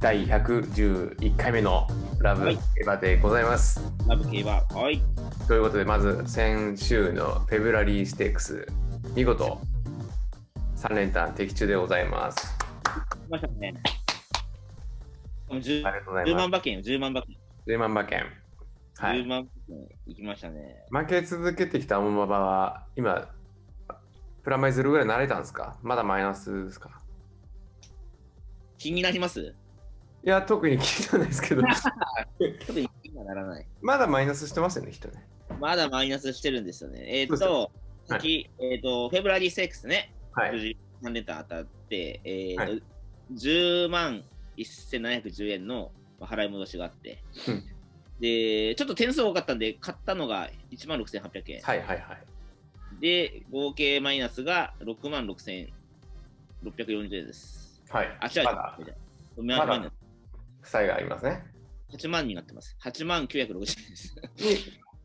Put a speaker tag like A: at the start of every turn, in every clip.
A: 第111回目のラブ
B: はい
A: エヴァでございます。
B: ラブ競馬はい
A: ということで、まず先週のフェブラリーステークス、見事3連単的中でございます。
B: 来ましたねもう 10,
A: ありがとうござい
B: 10
A: ま
B: 万
A: す。
B: 馬券よ10万馬券、
A: 10万馬券。は
B: 10
A: い。
B: 万馬券行きましたね
A: 負け続けてきたオモババは、今、プラマイゼロぐらい慣れたんですかまだマイナスですか
B: 気になります
A: いや、特に聞いてないです けど、
B: 特に気にはならない
A: まだマイナスしてますよね、人ね。
B: まだマイナスしてるんですよねえっ、
A: そ
B: と
A: ですねはい
B: 先、えっ、とフェブラリーセックスね、
A: はい。
B: 3連単当たってえっ、と、
A: はい
B: 10万1710円のまあ払い戻しがあって、
A: うん
B: でちょっと点数多かったんで買ったのが1万6800円、
A: はいはいはい。
B: で、合計マイナスが6万6640円です。
A: はい。
B: あ、違う、
A: まだ
B: 違うマイナス
A: まだ負債がありますね。
B: 8万になってます。8万960円です。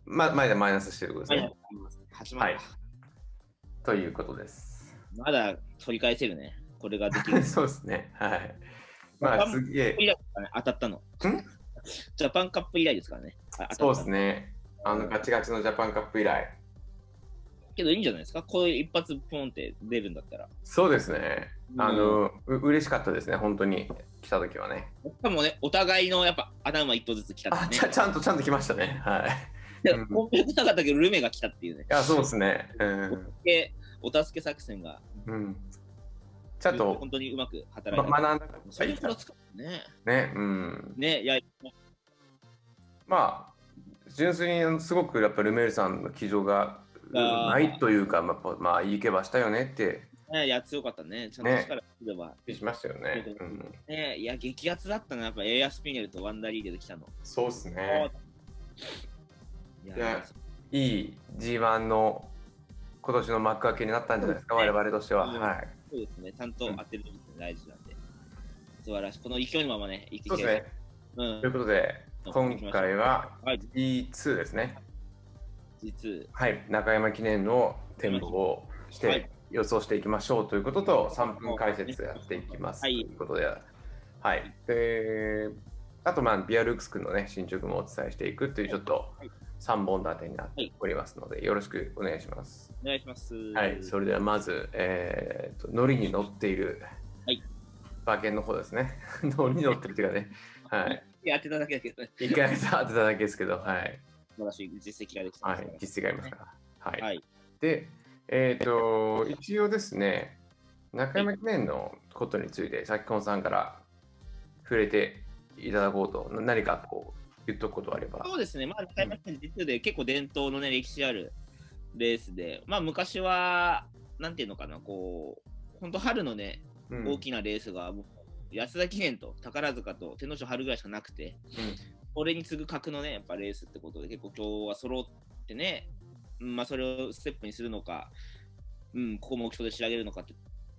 A: ま、前でマイナスしてることです
B: マイ
A: ね。
B: ナスあります8万、
A: はいということです。。
B: まだ取り返せるね。これができる
A: そうですね。はい。ま
B: ま
A: あ、
B: あ
A: すげえ、
B: 当たったの。ジャパンカップ以来ですからね。あ
A: そうです
B: ね。
A: ね。あの、ガチガチのジャパンカップ以来。
B: けどいいんじゃないですか。こういう一発ポンって出るんだったら。
A: そうですね。あ
B: うん、
A: の、う嬉しかったですね、本当に。来た時はね。
B: しかもね、お互いのやっぱ頭一頭ずつ来た
A: あ、
B: って
A: ちゃ
B: ね。
A: ちゃんと、ちゃんと来ましたね。はい。
B: で
A: うん
B: コンペなかったけど、ルメが来たっていうね
A: い。や、そうですね。うん。
B: で、お助け作戦が、
A: うん。ちょっと
B: 本、当にうまく働い
A: ま、
B: た。
A: 学んだ
B: 最初から使うね。
A: ね。うん。
B: ね、いや、
A: まあ、純粋にすごくやっぱルメールさんの騎乗が
B: あー
A: ないというか、まあ、まあ、いいけばしたよねって
B: ねいや、強かったね。ちゃんと力すれば。
A: しましたよね。
B: う
A: うん、
B: ね、いや、激アツだったな。やっぱエアスピネルとワンダーリーデで来たの。
A: そうですね。
B: い
A: いや
B: や、
A: いい G1 の今年の幕開けになったんじゃないですか、
B: そうですね
A: 我々としては。
B: うん
A: はい。
B: そうですね。ちゃんと当てるのが大事なんで。素晴らしい。この勢いのままね、いき
A: そうですね。
B: うん
A: という。ことで、今回は
B: はい、
A: E2 ですね。
B: 実。
A: はい。中山記念の展望をし
B: は
A: て
B: い
A: 予想していきましょうということと、3分解説やっていきます。
B: はい
A: ということで、はい。で、あと、まあ、ビアルークス君のね、進捗もお伝えしていくという、ちょっと
B: はい
A: 3本立てになっておりますので、よろしくお願いします。
B: お願いします。
A: はい、それではまず、えー、と乗りに乗っている、
B: はい、
A: 馬券の方ですね。 乗りに乗ってるっていうかね、はい、
B: いや当てただけだけどね。
A: 一回当てただけですけど、はい、
B: 素晴らしい実績ができた
A: は
B: んです
A: い
B: か、
A: 実績がありますから。はい
B: ら。はい。
A: で、えっ、と、一応ですね、中山記念のことについて、さっきこんさんから触れていただこうと、な何かこう言っとくことあれば。
B: そうですね、まあ、中山さん、実で結構伝統のね、歴史あるレースで、まあ、昔は、なんていうのかな、こう、本当、春のね、
A: うん
B: 大きなレースが、もう安田記念と宝塚と天皇賞春ぐらいしかなくて、これに次ぐ格のね、やっぱレースってことで、結構今日は揃ってね、うんまあ、それをステップにするのか、うん、ここも目標で仕上げるのかって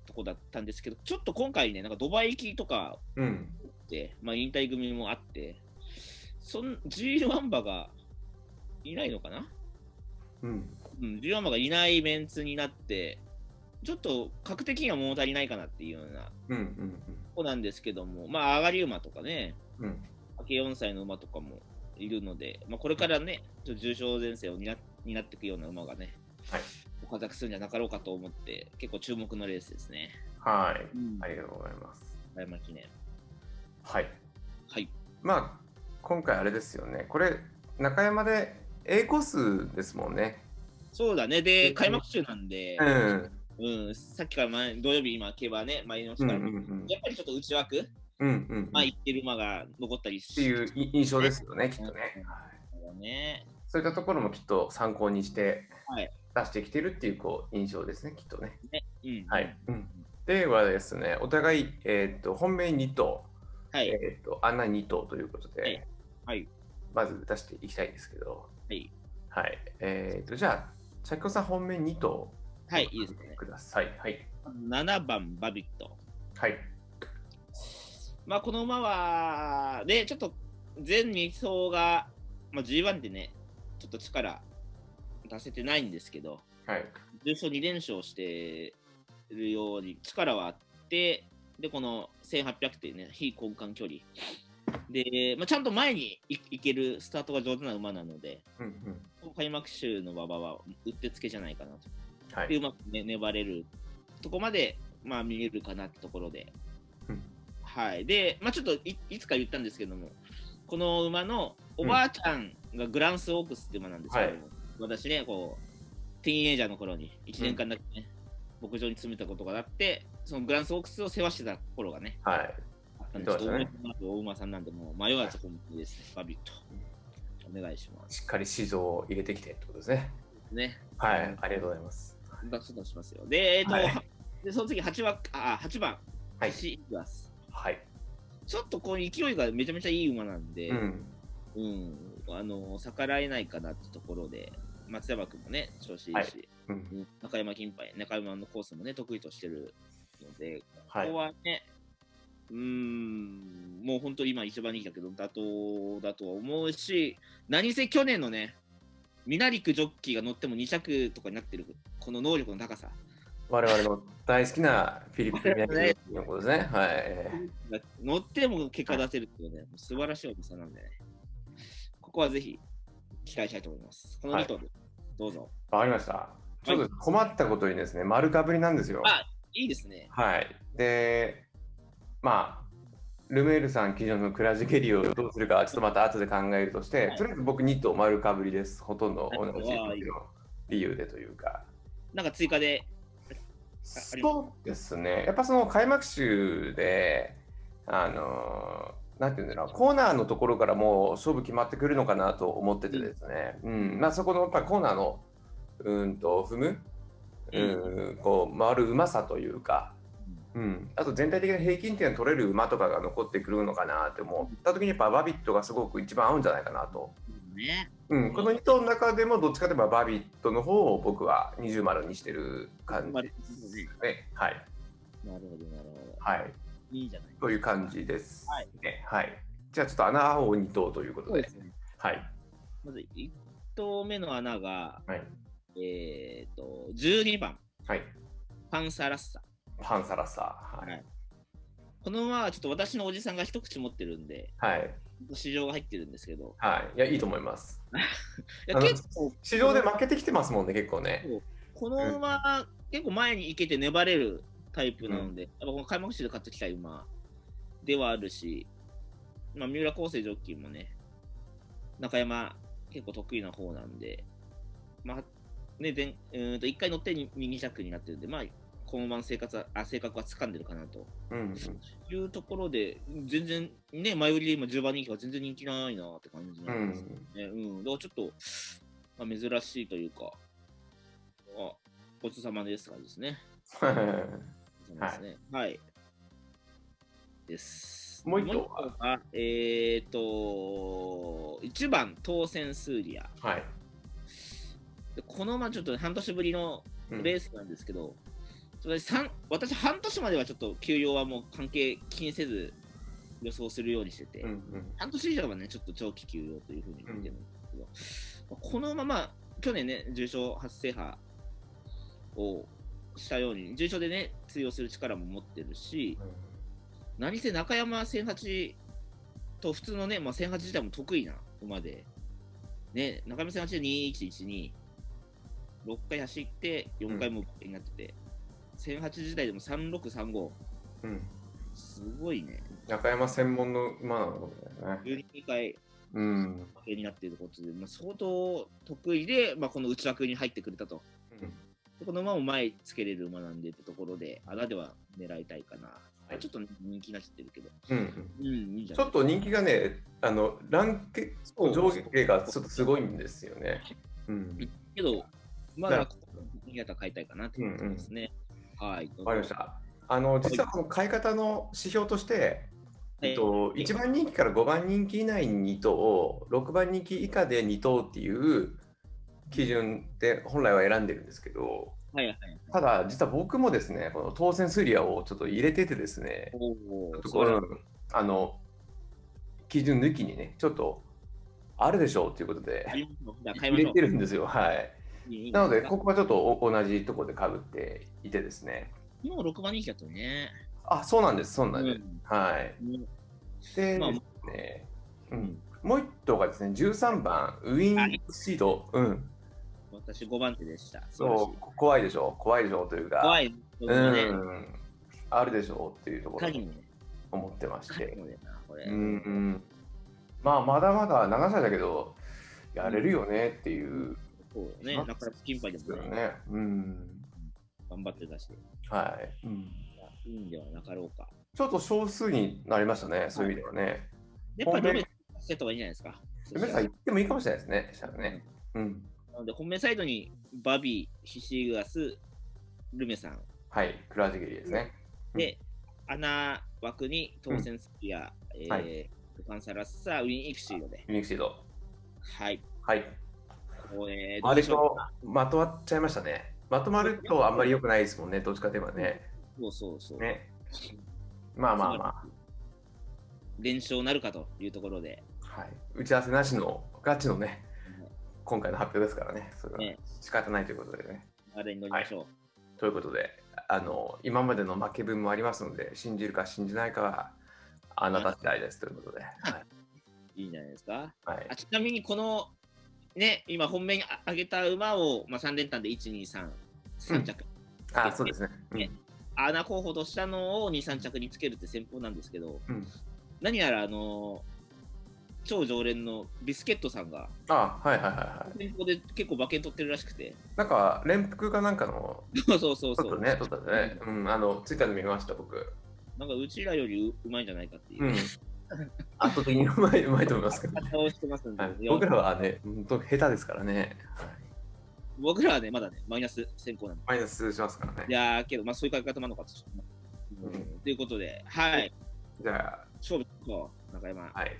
B: とこだったんですけど、ちょっと今回ね、なんかドバイ行きとか
A: うん、うん、
B: って、まあ、引退組もあって、そん G1 馬がいないのかな、
A: うん、
B: うん、?G1 馬がいないメンツになって、ちょっと格的には物足りないかなっていうようなと
A: うん、うん、
B: こなんですけども、まあ、上がり馬とかね、
A: うん、
B: 明け4歳の馬とかもいるので、まあ、これからね、ちょっと重賞前線を担担っていくような馬がね、
A: はい
B: 活躍するんじゃなかろうかと思って、結構注目のレースですね。
A: はい、
B: うん
A: ありがとうございます。
B: 山記念。
A: はい。
B: はい。
A: まあ今回あれですよねこれ中山で A コースですもんね
B: そうだね。
A: う
B: で、
A: ん
B: 開幕週なんで、
A: うん
B: うん、さっきから前土曜日、今、競馬ね、前の日
A: うんう
B: から、
A: ん
B: やっぱりちょっと内枠、
A: うんうんうん
B: まあ、
A: っ
B: 行ってる馬が残ったりして
A: いう印象ですよねきっとね
B: うん
A: はい
B: ね。
A: そういったところもきっと参考にして
B: はい
A: 出してきてるっていうこう印象ですねきっとね
B: うん。
A: はい、うん、ではですねお互いえーっと本命2頭
B: はい。
A: えーっと穴2頭ということで、
B: はいはい
A: まず出していきたいですけど
B: はい
A: はいえーっとじゃあ先ほどさん本命2頭
B: はい、いいですね。
A: くださいはい
B: 7番、バビット。
A: はい
B: まあ、この馬は、で、ちょっと前2走が、まあ、G1 でね、ちょっと力出せてないんですけど、
A: はい
B: 重賞2連勝してるように力はあって、で、この1800っていうね、非交換距離。で、まあ、ちゃんと前に行行けるスタートが上手な馬なので、
A: うんうん。
B: 開幕週の馬場はうってつけじゃないかなと。
A: は
B: で、
A: い。
B: うまく、ね、粘れるとこまで、まあ、見えるかなってところで。
A: うん
B: はい。で、まあ、ちょっといいつか言ったんですけども、この馬のおばあちゃんがグランスオークスって馬なんですけども、私ね、こう、ティーンエイジャーの頃に1年間だけね、牧場に詰めたことがあって、そのグランスオークスを世話してた頃がね、
A: はい。
B: あったんですけ
A: そう
B: ど、
A: で
B: 大馬さんなんで、もう迷わず本気ですね、バビット。お願いします。
A: しっかり指導を入れてきてってことですね。
B: ね。
A: はい。ありがとうございます。
B: だそうだしますよ。で、えっ、と、
A: はい
B: でその次8番、あ、8番、
A: はい。
B: シイグアス
A: はい。
B: ちょっとこう勢いがめちゃめちゃいい馬なんで、
A: う
B: うん、
A: ん。
B: あの、逆らえないかなってところで、松山君もね、調子いいし、
A: はいうん。
B: 中山金杯、中山のコースもね、得意としてるので、
A: は
B: こ
A: い
B: こ。はね、うーん、もう本当今一番人気だけど、妥当だとは思うし、何せ去年のね、ミナリクジョッキーが乗っても2着とかになってる、この能力の高さ。
A: 我々の大好きなフィリップ・ミナキのことですね。はい。
B: 乗っても結果出せるっていうね、もう素晴らしいお店なんでね、ここはぜひ期待したいと思います。この2頭で、どうぞ。
A: わかりました。ちょっと困ったことにですね、丸かぶりなんですよ。
B: あいいですね。
A: はい。で、まあ、ルメールさん基準のクラジケリをどうするか、ちょっとまた後で考えるとして、
B: はい
A: とりあえず僕2頭丸かぶりです。ほとんど同じ
B: はい
A: 理由でというか。
B: なんか追加で、ありがと
A: そうですね。やっぱその開幕週で、あのーなんていうんだろうコーナーのところからもう勝負決まってくるのかなと思っててですね、うんまあ、そこのやっぱコーナーのうーんと踏む、うーん、こう回るうまさというか、うん、あと全体的な平均点を取れる馬とかが残ってくるのかなって思った時にやっぱバビットがすごく一番合うんじゃないかなと、
B: ね、
A: うん、この2頭の中でもどっちかといえばバビットの方を僕は二重丸にしてる感じですね。はい、
B: なるほど、なるほど。
A: はい、
B: いいじゃない
A: という感じです、
B: はい
A: ね。はい。じゃあちょっと穴青2頭ということで。
B: すね。
A: はい。
B: まず1頭目の穴が、
A: はい。
B: えっ、と、12番、
A: はい。
B: パンサーラッサ。
A: パンサラッサ。はい。
B: この馬はちょっと私のおじさんが一口持ってるんで、
A: はい。
B: 市場が入ってるんですけど、
A: はい。いや、いいと思います。
B: いや
A: あの
B: 結構、
A: 市場で負けてきてますもんね、結構ね。
B: この馬、結構前に行けて粘れるタイプなので、やっぱこの開幕式で勝ってきたい馬ではあるし、まあ、三浦康生ジョッキーもね、中山結構得意な方なんで、まあ、ね、でんうーんと1回乗って2着になってるんで、まあ、この馬の生活はあ性格は掴んでるかなと
A: うん。
B: いうところで、全然、ね、前売りで今10番人気は全然人気ないなって感じ
A: う
B: なんですよ
A: ん。
B: ね。うん。だからちょっと、まあ、珍しいというか、あ、ごちそうさまです感じですね。ごちそうさまですね。はい。です。
A: もう一頭は
B: 頭はえっ、ー、と、1番、当選スーリア。
A: はい。
B: でこのまあちょっと半年ぶりの
A: うん
B: レースなんですけど、それ三私、半年まではちょっと休養はもう関係気にせず予想するようにしてて、
A: うんうん。
B: 半年以上はね、ちょっと長期休養というふうに見てるんですけど、このまま、去年ね、重症発生派をしたように、重症でね、通用する力も持ってるし、何せ中山1008と普通のね、まあ、1008自体も得意な馬で、ね、中山1008で2112、6回走って、4回もになってて、1008自体でも3635、
A: うん。
B: すごいね、
A: 中山専門の馬なのだよね。
B: 12回
A: うん。
B: 負けになっていることで、まあ、相当得意で、まあ、この内枠に入ってくれたと。
A: うん
B: でこの馬も前につけれる馬なんでってところで、穴では狙いたいかな。
A: い
B: ちょっと人気になっちゃってるけど。
A: うん。
B: うん、いいんじゃ
A: ち
B: な
A: ょ
B: い
A: っと人気がね、あの、ランク
B: そう
A: 上下がちょっとすごいんですよね。うん。
B: けど、ま
A: なる
B: だ
A: ほ、
B: 新潟買いたいかなって感じですね。はい。
A: わかりました。あの実はこの買い方の指標として、えっと、1番人気から5番人気以内に2頭、6番人気以下で2頭っていう基準で本来は選んでるんですけど、
B: はいはい。
A: ただ、実は僕もですね、この当選スリアをちょっと入れててですね、
B: おお
A: ちょっとこ
B: そう
A: れ
B: なんだ
A: あの基準抜きにね、ちょっとあるでしょうということで、
B: 買いましょうじゃあ買いま
A: 入
B: し
A: れ
B: ょ
A: てるんですよ。はい、
B: ういい。
A: なので、
B: こ
A: ここはちょっとお同じところでかぶっていてですね。
B: もう6番人気だったね。
A: あ、そうなんです、そうなんです。
B: うん
A: はい。で、
B: まあ
A: ですねうん、もう一頭がですね、13番、ウィンシード。うん。
B: 私5番手でした。
A: そう、こ怖いでしょ、怖いでしょというか、
B: 怖い。そう
A: う
B: だね。
A: ん。あるでしょうっていうところ
B: カニ
A: を
B: もね。
A: 思ってまし
B: カニ
A: て。
B: もだよな、これ。
A: うんうん。まあ、まだまだ長さだけど、やれるよねっていう
B: そうだね。
A: まあ
B: なかなか金牌で
A: です
B: も
A: よ
B: ね、
A: ね。うん。
B: 頑張ってたし、
A: はい。うん
B: いいんではなかろうか。
A: ちょっと少数になりましたね、そういう意味ではね。
B: やっぱ
A: 本命
B: ロベしてた方がいいんじゃないですか。
A: 皆さん言ってもいいかもしれないですね、したらね。うん。
B: なので、本命サイドにバビー、シシーグアス、ルメさん。
A: はい、クラージギリですね。
B: で、穴枠に当選スピア、えー
A: は
B: ルパンサラッサ、ウィン・イクシードで。
A: ユニークシード。
B: はい。
A: はい。
B: これどう
A: 割
B: でしょ
A: とまとまっちゃいましたね。まとまるとあんまり良くないですもんね、どっちかといえばね。
B: うそうそうそう。
A: ね。まあまあま
B: 連勝なるかというところで、
A: あ。はい。打ち合わせなしのガチのね、今回の発表ですからね。それは
B: ね
A: 仕方ないということでね。
B: あれに乗りましょう。
A: ということで、あの、今までの負け分もありますので、信じるか信じないかは、あなた次第ですということで。はい
B: い、いんじゃないですか。
A: はい
B: あ。ちなみに、この、ね、今、本命に上げた馬を、まあ、3連単で1、2、3、3着。
A: あ、そうですね。うん
B: ね穴候補としたのを2、3着につけるって戦法なんですけど、
A: うん
B: 何やら、あの超常連のビスケットさんが、
A: あ、はいはいはいはい。
B: 戦法で結構馬券取ってるらしくて、
A: なんか、連服かなんかの、
B: そうそうそう
A: ち
B: そ
A: ょっと
B: う、
A: ね、撮ったんでね。うん、あの、ツイッターで見ました、僕。
B: なんかうちらよりううまいんじゃないかっていう、
A: うん。 圧倒的にうまい、うまいと思いますけど。
B: 方をしてますんで、
A: はい
B: いや
A: 僕らはね、本当下手ですからね。はい
B: 僕らはね、まだね、マイナス先行なんで。
A: マイナスしますから
B: い
A: ね。
B: やー、けど、まあ、そういう書き方もあるのかと。
A: うん
B: ということで、はい、
A: じゃ
B: 勝負こう、中山。
A: あ、はい。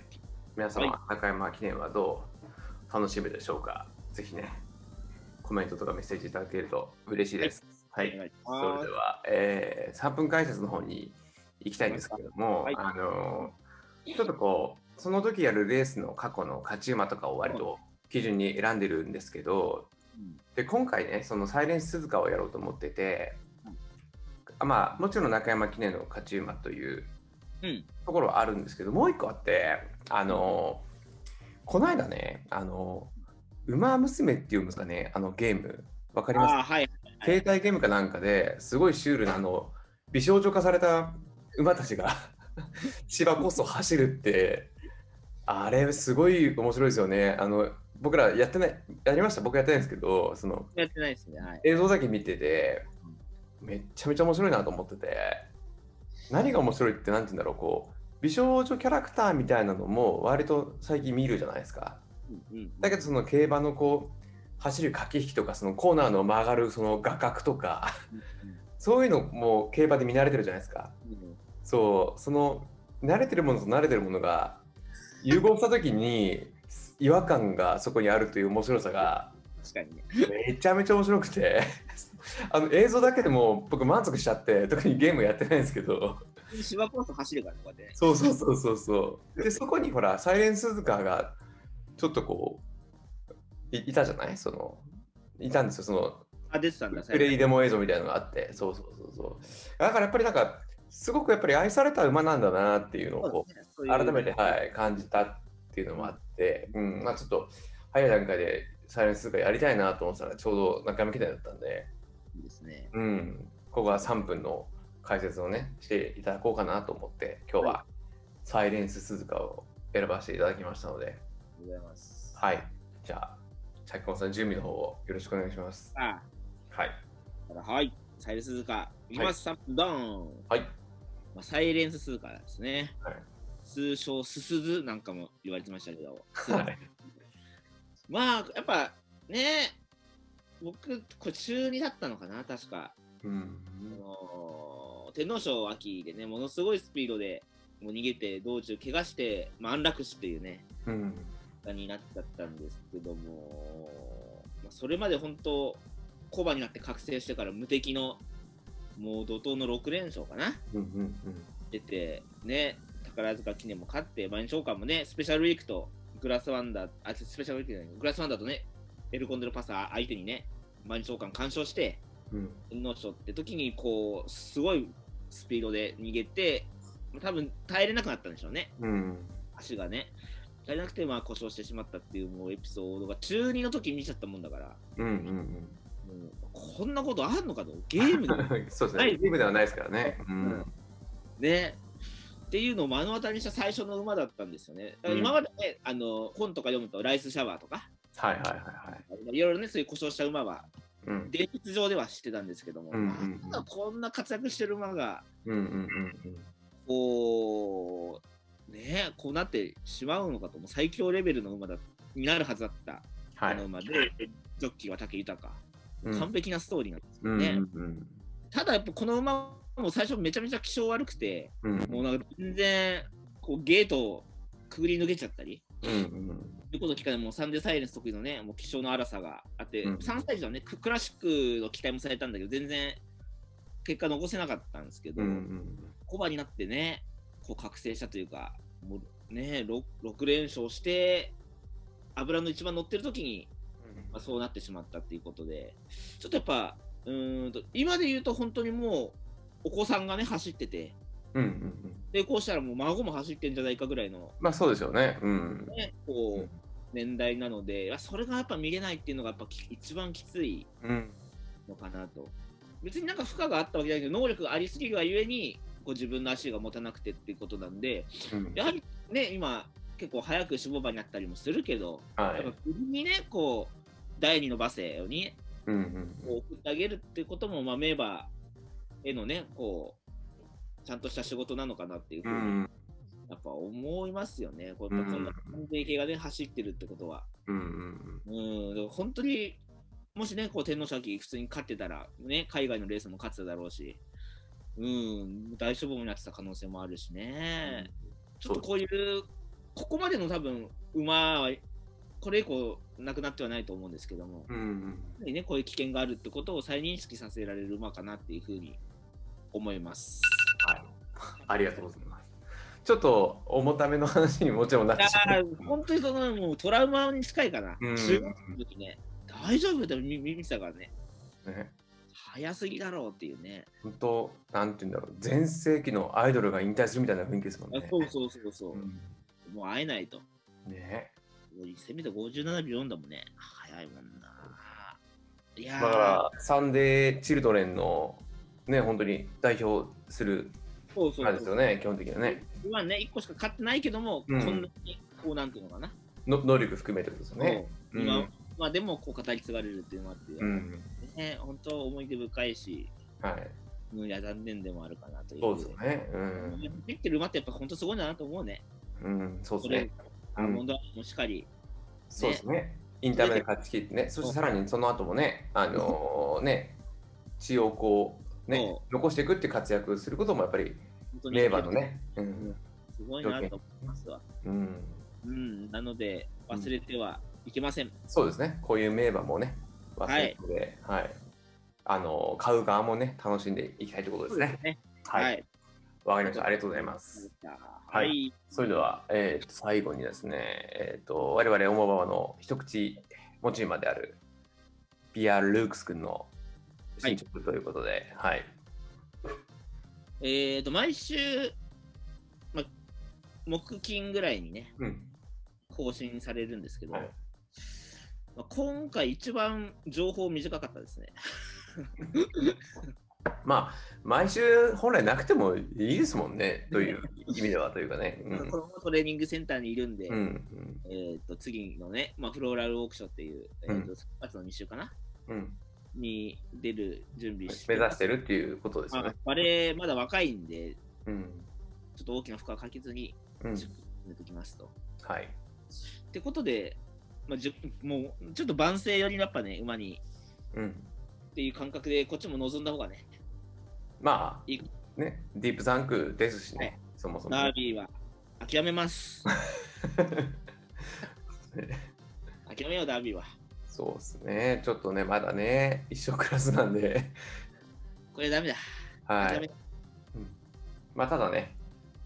A: 皆様、
B: は
A: 中山記念はどう楽しむでしょうかぜひね、コメントとかメッセージいただけると嬉しいです。は
B: お
A: い。
B: 願いし
A: それ
B: ま。
A: ですは、えー、3分解説の方に行きたいんですけども、
B: はい
A: あのーちょっとこうその時やるレースの過去の勝ち馬とかを割と基準に選んでるんですけど
B: うん
A: で今回ねその「サイレンス鈴鹿」をやろうと思ってて
B: う
A: あまあもちろん中山記念の勝ち馬という
B: うん。
A: ところはあるんですけどもう一個あってあのーこの間ねあのー「ウマ娘」っていうんですかねあのゲームわかります
B: ああ、はい。
A: 携帯ゲームかなんかですごいシュールなあの美少女化された馬たち が芝コースを走るってあれすごい面白いですよねあの僕らやってないやりました僕やってないんですけどその
B: やってないですね。はい。
A: 映像だけ見ててめっちゃめちゃ面白いなと思ってて何が面白いって何て言うんだろうこう美少女キャラクターみたいなのも割と最近見るじゃないですか
B: うんうん
A: だけどその競馬のこう走る駆け引きとかそのコーナーの曲がるその画角とかそういうのも競馬で見慣れてるじゃないですか。
B: うん
A: そう、その慣れてるものと慣れてるものが融合した時に違和感がそこにあるという面白さが
B: 確かにね。
A: めちゃめちゃ面白くて あの映像だけでも僕満足しちゃって特にゲームやってないんですけど
B: 芝コース走るからね、こうやってね。
A: そうそうそうそうそうでそこにほらサイレンスズカがちょっとこういいたじゃないそのいたんですよその
B: あ、出てたんだ、
A: プレイデモ映像みたいなのがあって、そうそうそうそう。だからやっぱりなんか、すごくやっぱり愛された馬なんだなっていうのをこう
B: そうですね
A: 改めて、はい、感じたっていうのもあって、うんまあ、ちょっと早い段階でサイレンスとかやりたいなと思ってたら、ちょうど中山記念だったんで、
B: そういうですね。
A: うん、ここは3分の解説をね、していただこうかなと思って、今日はサイレンス鈴鹿を選ばせていただきましたので、
B: ありがとうございます。
A: はい、じゃあ、チャッコンさん、準備の方をよろしくお願いします。
B: さ
A: はい、
B: あ、はい。サイレンス鈴鹿。いきます、サンドン。
A: はい、
B: まあ、サイレンス鈴鹿ですね。
A: はい
B: 通称、すすずなんかも言われてましたけど。
A: はい、
B: まあ、やっぱね、僕、これ中2だったのかな、確か。
A: うん
B: あのー天皇賞秋でね、ものすごいスピードでもう逃げて、道中怪我して、まあ、安楽死っていうね、
A: うん
B: になっちゃったんですけども、まあ、それまで本当、コバになって覚醒してから無敵の、もう怒涛の6連勝かな、
A: うんうんうん
B: 出て、ね、宝塚記念も勝って、毎日王冠もね、スペシャルウィークとグラスワンダー、あ、スペシャルウィークじゃない、グラスワンダーとね、エルコンドルパサー相手にね、毎日王冠完勝して、
A: うん
B: 天皇賞って時に、こう、すごいスピードで逃げて、まあ多分耐えれなくなったんでしょうね、
A: うん。
B: 足がね。耐えれなくて、まあ、故障してしまったっていうもうエピソードが中2の時に見ちゃったもんだから、
A: うんうん
B: もうこんなことあんのかと、ゲー ムで
A: う
B: も
A: ん。そうです
B: ない
A: ね。ゲームではないですからね。う
B: うん
A: ん。
B: ね。っていうのを目の当たりにした最初の馬だったんですよね。だから今までね、あの本とか読むとライスシャワーとか、
A: はいはいはいはい。
B: いろいろね、そういう故障した馬は、
A: うん。
B: 伝説上では知ってたんですけども、
A: うんうんうん
B: まあこんな活躍してる馬が、
A: うんうんうん
B: こう、ね、こうなってしまうのかと、もう最強レベルの馬だになるはずだった、
A: は
B: あの
A: い。
B: 馬で、ジョッキーは武豊、
A: うん
B: 完璧なストーリーなんです
A: う
B: よ
A: んう
B: ね。
A: ん
B: ただ、やっぱこの馬も最初、めちゃめちゃ気性悪くて、
A: うん。うん
B: もうなんか全然こうゲートをくぐり抜けちゃったり、
A: うんうん。
B: ということを聞かないもうサンデーサイレンス得意のね、もう気性の荒さがあって、
A: うん
B: 3歳児はね、ククラシックの期待もされたんだけど、全然結果残せなかったんですけど、
A: うんうん。
B: コバになってね、こう覚醒したというか、もうね、6, 連勝して、油の一番乗ってる時に、まあ、そうなってしまったっていうことで、ちょっとやっぱ、うーんと、今で言うと本当にもう、お子さんがね、走ってて、
A: うんうんうん。
B: で、こうしたらもう孫も走ってんじゃないかぐらいの
A: まあそうですよね。うん。
B: ね、こ
A: う
B: うん年代なので、いやそれがやっぱ見れないっていうのがやっぱき一番きつい
A: うん。
B: のかなと。別になんか負荷があったわけじゃないけど、能力がありすぎるがゆえに、こう自分の足が持たなくてっていうことなんで、
A: うん
B: やはりね、今、結構早く脂肪場になったりもするけど、
A: は
B: やっぱ
A: い。
B: 首にね、こう、第二の馬生に
A: うんうん。
B: こう送ってあげるってことも、まあ、名馬へのね、こう、ちゃんとした仕事なのかなっていう
A: う
B: ふうに、
A: ん
B: やっぱ思いますよね。こうやっぱこんな完全系がね、走ってるってことは。
A: うんうん
B: うん、だから本当にもしね、こう天皇賞普通に勝ってたら、ね、海外のレースも勝ってただろうし、うん、大勝負になってた可能性もあるしね、ちょっとこういう、ここまでの多分、馬は、これ以降、なくなってはないと思うんですけども、やっ
A: うんうん。
B: ぱりね、こういう危険があるってことを再認識させられる馬かなっていうふうに思います。
A: はい。ありがとうございます。ちょっと重ための話にもちろんなっ
B: いや
A: ちゃう。
B: ー本当にそのもうトラウマに近いかな、
A: うん
B: 中学の時ね、大丈夫だよ、み見てたからね、
A: ね
B: 早すぎだろうっていうね。
A: 本当なんていうんだろう全盛期のアイドルが引退するみたいな雰囲気ですもん
B: あ
A: ね。
B: そうそうそうそう、
A: うん
B: もう会えないと。
A: ね
B: せめて57秒4だもんね。早いもんな。いや
A: だ
B: ー、
A: からサンデー・チルドレンのね本当に代表する
B: そうそう
A: あれですよね基本的にはね
B: 今ね、1個しか買ってないけども、
A: うん
B: こんなにこうなんていうのかな。
A: の能力含めてですよね。
B: そう
A: うん
B: 今、まあでもこう語り継がれるっていうのもあって、
A: うん
B: ね、本当思い出深いし、
A: はい
B: うんいや残念でもあるかなという。
A: そうですよね。うん
B: できてる馬ってやっぱ本当すごいんだなと思うね。
A: うんそうで
B: そ
A: す
B: れ
A: ね。、
B: アーモンドアイもしっかり、
A: そうですね。インターメで勝ち切ってね、そしてさらにその後もね、あ のーね、血をこう、ね
B: そ、
A: 残していくって活躍することもやっぱり、
B: 本当に
A: 名馬のね、うん、
B: すごいなと思いますわ。
A: うん、
B: うん、なので忘れてはいけません。
A: そうですね、こういう名馬もね、忘れてで、はい、あのー買う側もね、楽しんでいきたいということですね。
B: ね。
A: はい、。わ、かりました、ありがとうございます。。
B: は
A: はい
B: い。
A: それでは、えーと最後にですね、えー、と我々オモババの一口持ち馬であるビア・ルークス君の進捗ということで、はい、
B: えっと、毎週、ま、木金ぐらいにね、
A: うん、
B: 更新されるんですけど、
A: はい
B: ま今回一番情報短かったですね。
A: まあ毎週本来なくてもいいですもんねという意味ではというか ね、うん
B: 子供のトレーニングセンターにいるんで、
A: うんうん
B: えっと、次のね、ま、フローラルオークションっていう、えっ
A: うん
B: と、3月の2週かな
A: うん、
B: に出る準備して、
A: 目指してるっていうことですよ
B: ま
A: ね
B: あ。バレーまだ若いんで、
A: うん
B: ちょっと大きな負荷はかけずに、
A: うん
B: ちょっと決めてきますと。
A: はい
B: ってことで、まあ、じゅもうちょっと万世寄りのやっぱね、馬に
A: うん、
B: っていう感覚で、こっちも望んだ方がね、
A: ま
B: いい
A: あねディープザンクですしね、
B: はい
A: そもそもね、
B: ダービーは諦めます。諦めよう、ダービーは。
A: そうですねちょっとねまだね一生クラスなんで。
B: これダメだ。
A: は
B: 諦め
A: い。まあただね、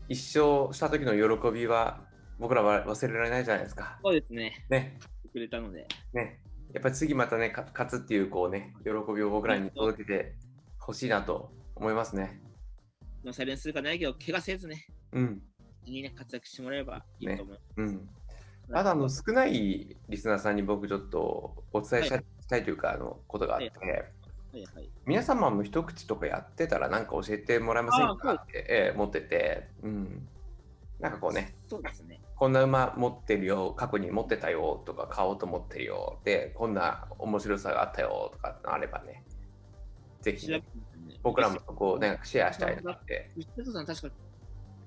A: 一生した時の喜びは僕らは忘れられないじゃないですか。
B: そうですね、
A: ね、
B: くれたので、
A: ね。やっぱり次またね、か勝つっていうこうね、喜びを僕らに届けてほしいなと思いますね。
B: まあ、サイレンスするかないけど、怪我せずね、
A: うん。
B: いいね、活躍してもらえればいいと思います。
A: うん。あとあの少ないリスナーさんに僕ちょっとお伝えした,、いというかあのことがあって、
B: はいはい。
A: 皆様も一口とかやってたらなんか教えてもらえませんかって、ええ持ってて、うん、なんかこうね
B: そうですね。
A: こんな馬持ってるよ過去に持ってたよとか買おうと思ってるよでこんな面白さがあったよとかあればねぜひ
B: 調べ
A: ね、
B: てみてね
A: 僕らもこうなんかシェアしたいなって
B: 吉田さん、確か、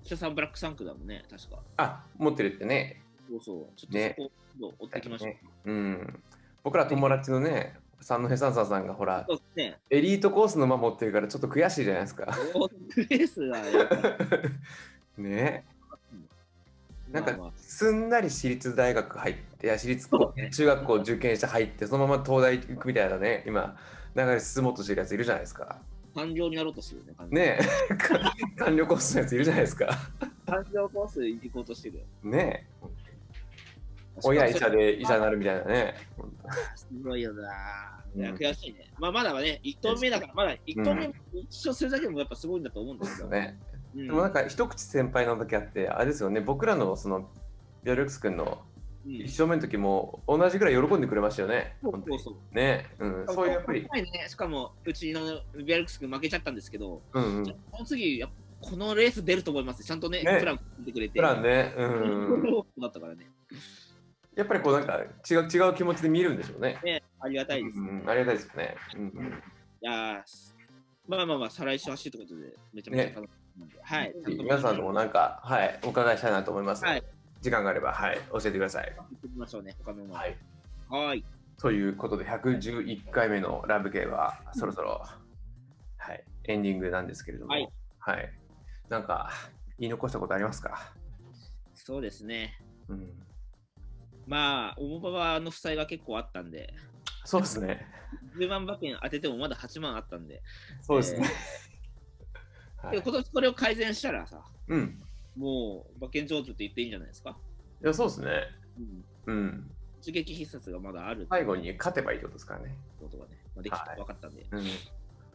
B: 吉田さん、ブラックサンクだもんね、確か。
A: あ持ってるってね
B: そうそう。ちょ
A: ね
B: っとそこを追っていきましょう。
A: ねうん僕ら友達のね三戸サンサさんがほら
B: そうですね。
A: エリートコースの馬持ってるからちょっと悔しいじゃないですか
B: オーレースはやっぱ、
A: ねなんか
B: まあまあ
A: すんなり私立大学入っていや私立
B: そ
A: 高
B: うね
A: 中学校受験して入ってそのまま東大行くみたいなね今流れ進もうとしてるやついるじゃないですか
B: 感情になろうとするよね。感情
A: ねえか 官僚コースのやついるじゃないですか
B: 感情コース行こうとしてるよ。
A: ねえ親医者で医者になるみたいなね
B: すごいよな、
A: うん
B: いや悔しいね。まあまだはね、1投目だから、まだ1投目
A: う
B: 一勝するだけでもやっぱすごいんだと思うんで
A: ですす
B: よ
A: よ。ね
B: うん
A: でもなんか一口先輩の時あってあれですよね僕らのそのビアルックス君の
B: うん
A: 一勝目の時も同じぐらい喜んでくれましたよね
B: そう
A: 本当
B: そう
A: に
B: そう。
A: ねえ、うん、そういうやっぱり
B: 今回ね、しかも、うちのビアルクス君負けちゃったんですけど、
A: うんうん
B: じゃあこの次、やっぱこのレース出ると思います。ちゃんとね、
A: ね
B: プラン組んでくれて。
A: プランねう
B: うん んだったからね。
A: やっぱりこうなんか違う違う気持ちで見るんでしょうね。
B: ねありがたいです。
A: う
B: い
A: ん、ありがたいですね。うん、
B: やーまあまあまあ、再来週走るってことで、めちゃめちゃ楽しみなんで。はい。
A: 皆さんともなんか、はい、お伺いしたいなと思いますので、
B: はい
A: 時間があれば、はい、教えてください。
B: 行ってみましょうね、他のもの。
A: はい、
B: はい。
A: ということで、111回目のラブゲーは、そろそろ、はい、エンディングなんですけれども、
B: は
A: はいい、なんか、言い残したことありますか
B: そうですね。
A: うん、
B: まあ、重馬場の負債が結構あったんで、
A: そうですね。
B: 10万馬券当ててもまだ8万あったんで、
A: そうですね。は
B: で
A: い、
B: 今年これを改善したらさ、
A: うん、
B: もう馬券上手って言っていいんじゃないですか。
A: いや、そうですね。
B: うん。
A: うん、
B: 一撃必殺がまだあるって
A: 最後に勝てばいいってことですからね。
B: ことがね、まあ、できた
A: はい
B: 分かったんで。
A: うん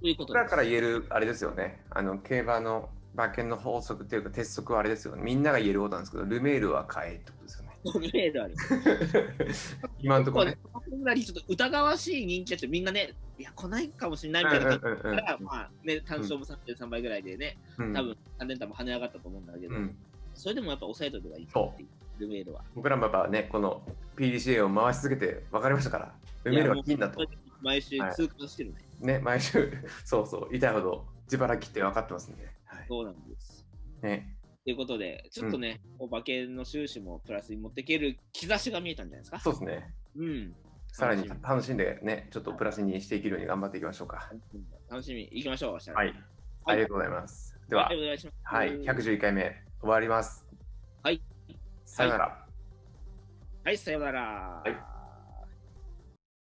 B: ということ
A: 僕らから言え
B: る。
A: るあれですよね、あの競馬の馬券の法則というか鉄則はあれですよね、みんなが言えることなんですけど、ルメールは買えってことですよ
B: メールある。
A: ね。 今のとこ
B: こ
A: ろ
B: れ
A: ね。、
B: こんなにちょっと疑わしい人気だってみんなね、いや、来ないかもしれない
A: うん
B: み
A: う
B: たいな感じ
A: んうん
B: だから、まあね、単勝も3.3倍ぐらいでね、
A: うん
B: 多分3連単も跳ね上がったと思うんだけど、
A: うん
B: それでもやっぱ抑えといた方がいいかっていう、ルメールは。
A: 僕らもやっぱね、この PDCA を回し続けて分かりましたから、ルメールは金だ
B: い
A: と
B: や。もう本当に毎週痛感してるね。
A: ね、毎週、 そうそう、痛いほど自腹切って分かってますんで。はい
B: そうなんです。
A: ね、
B: ということで、ちょっとね、お馬券の収支もプラスに持っていける兆しが見えたんじゃないですか。
A: そうですね。
B: うん。
A: さらに
B: 楽し
A: 楽しんでね、ちょっとプラスにしていけるように頑張っていきましょうか。
B: み楽しみ、行きましょう。
A: は。
B: はい
A: ありがとうございます。では
B: お。願いします。
A: はい、111回目終わります。
B: はい。
A: さよなら。
B: はい、さような
A: は
B: ら。
A: い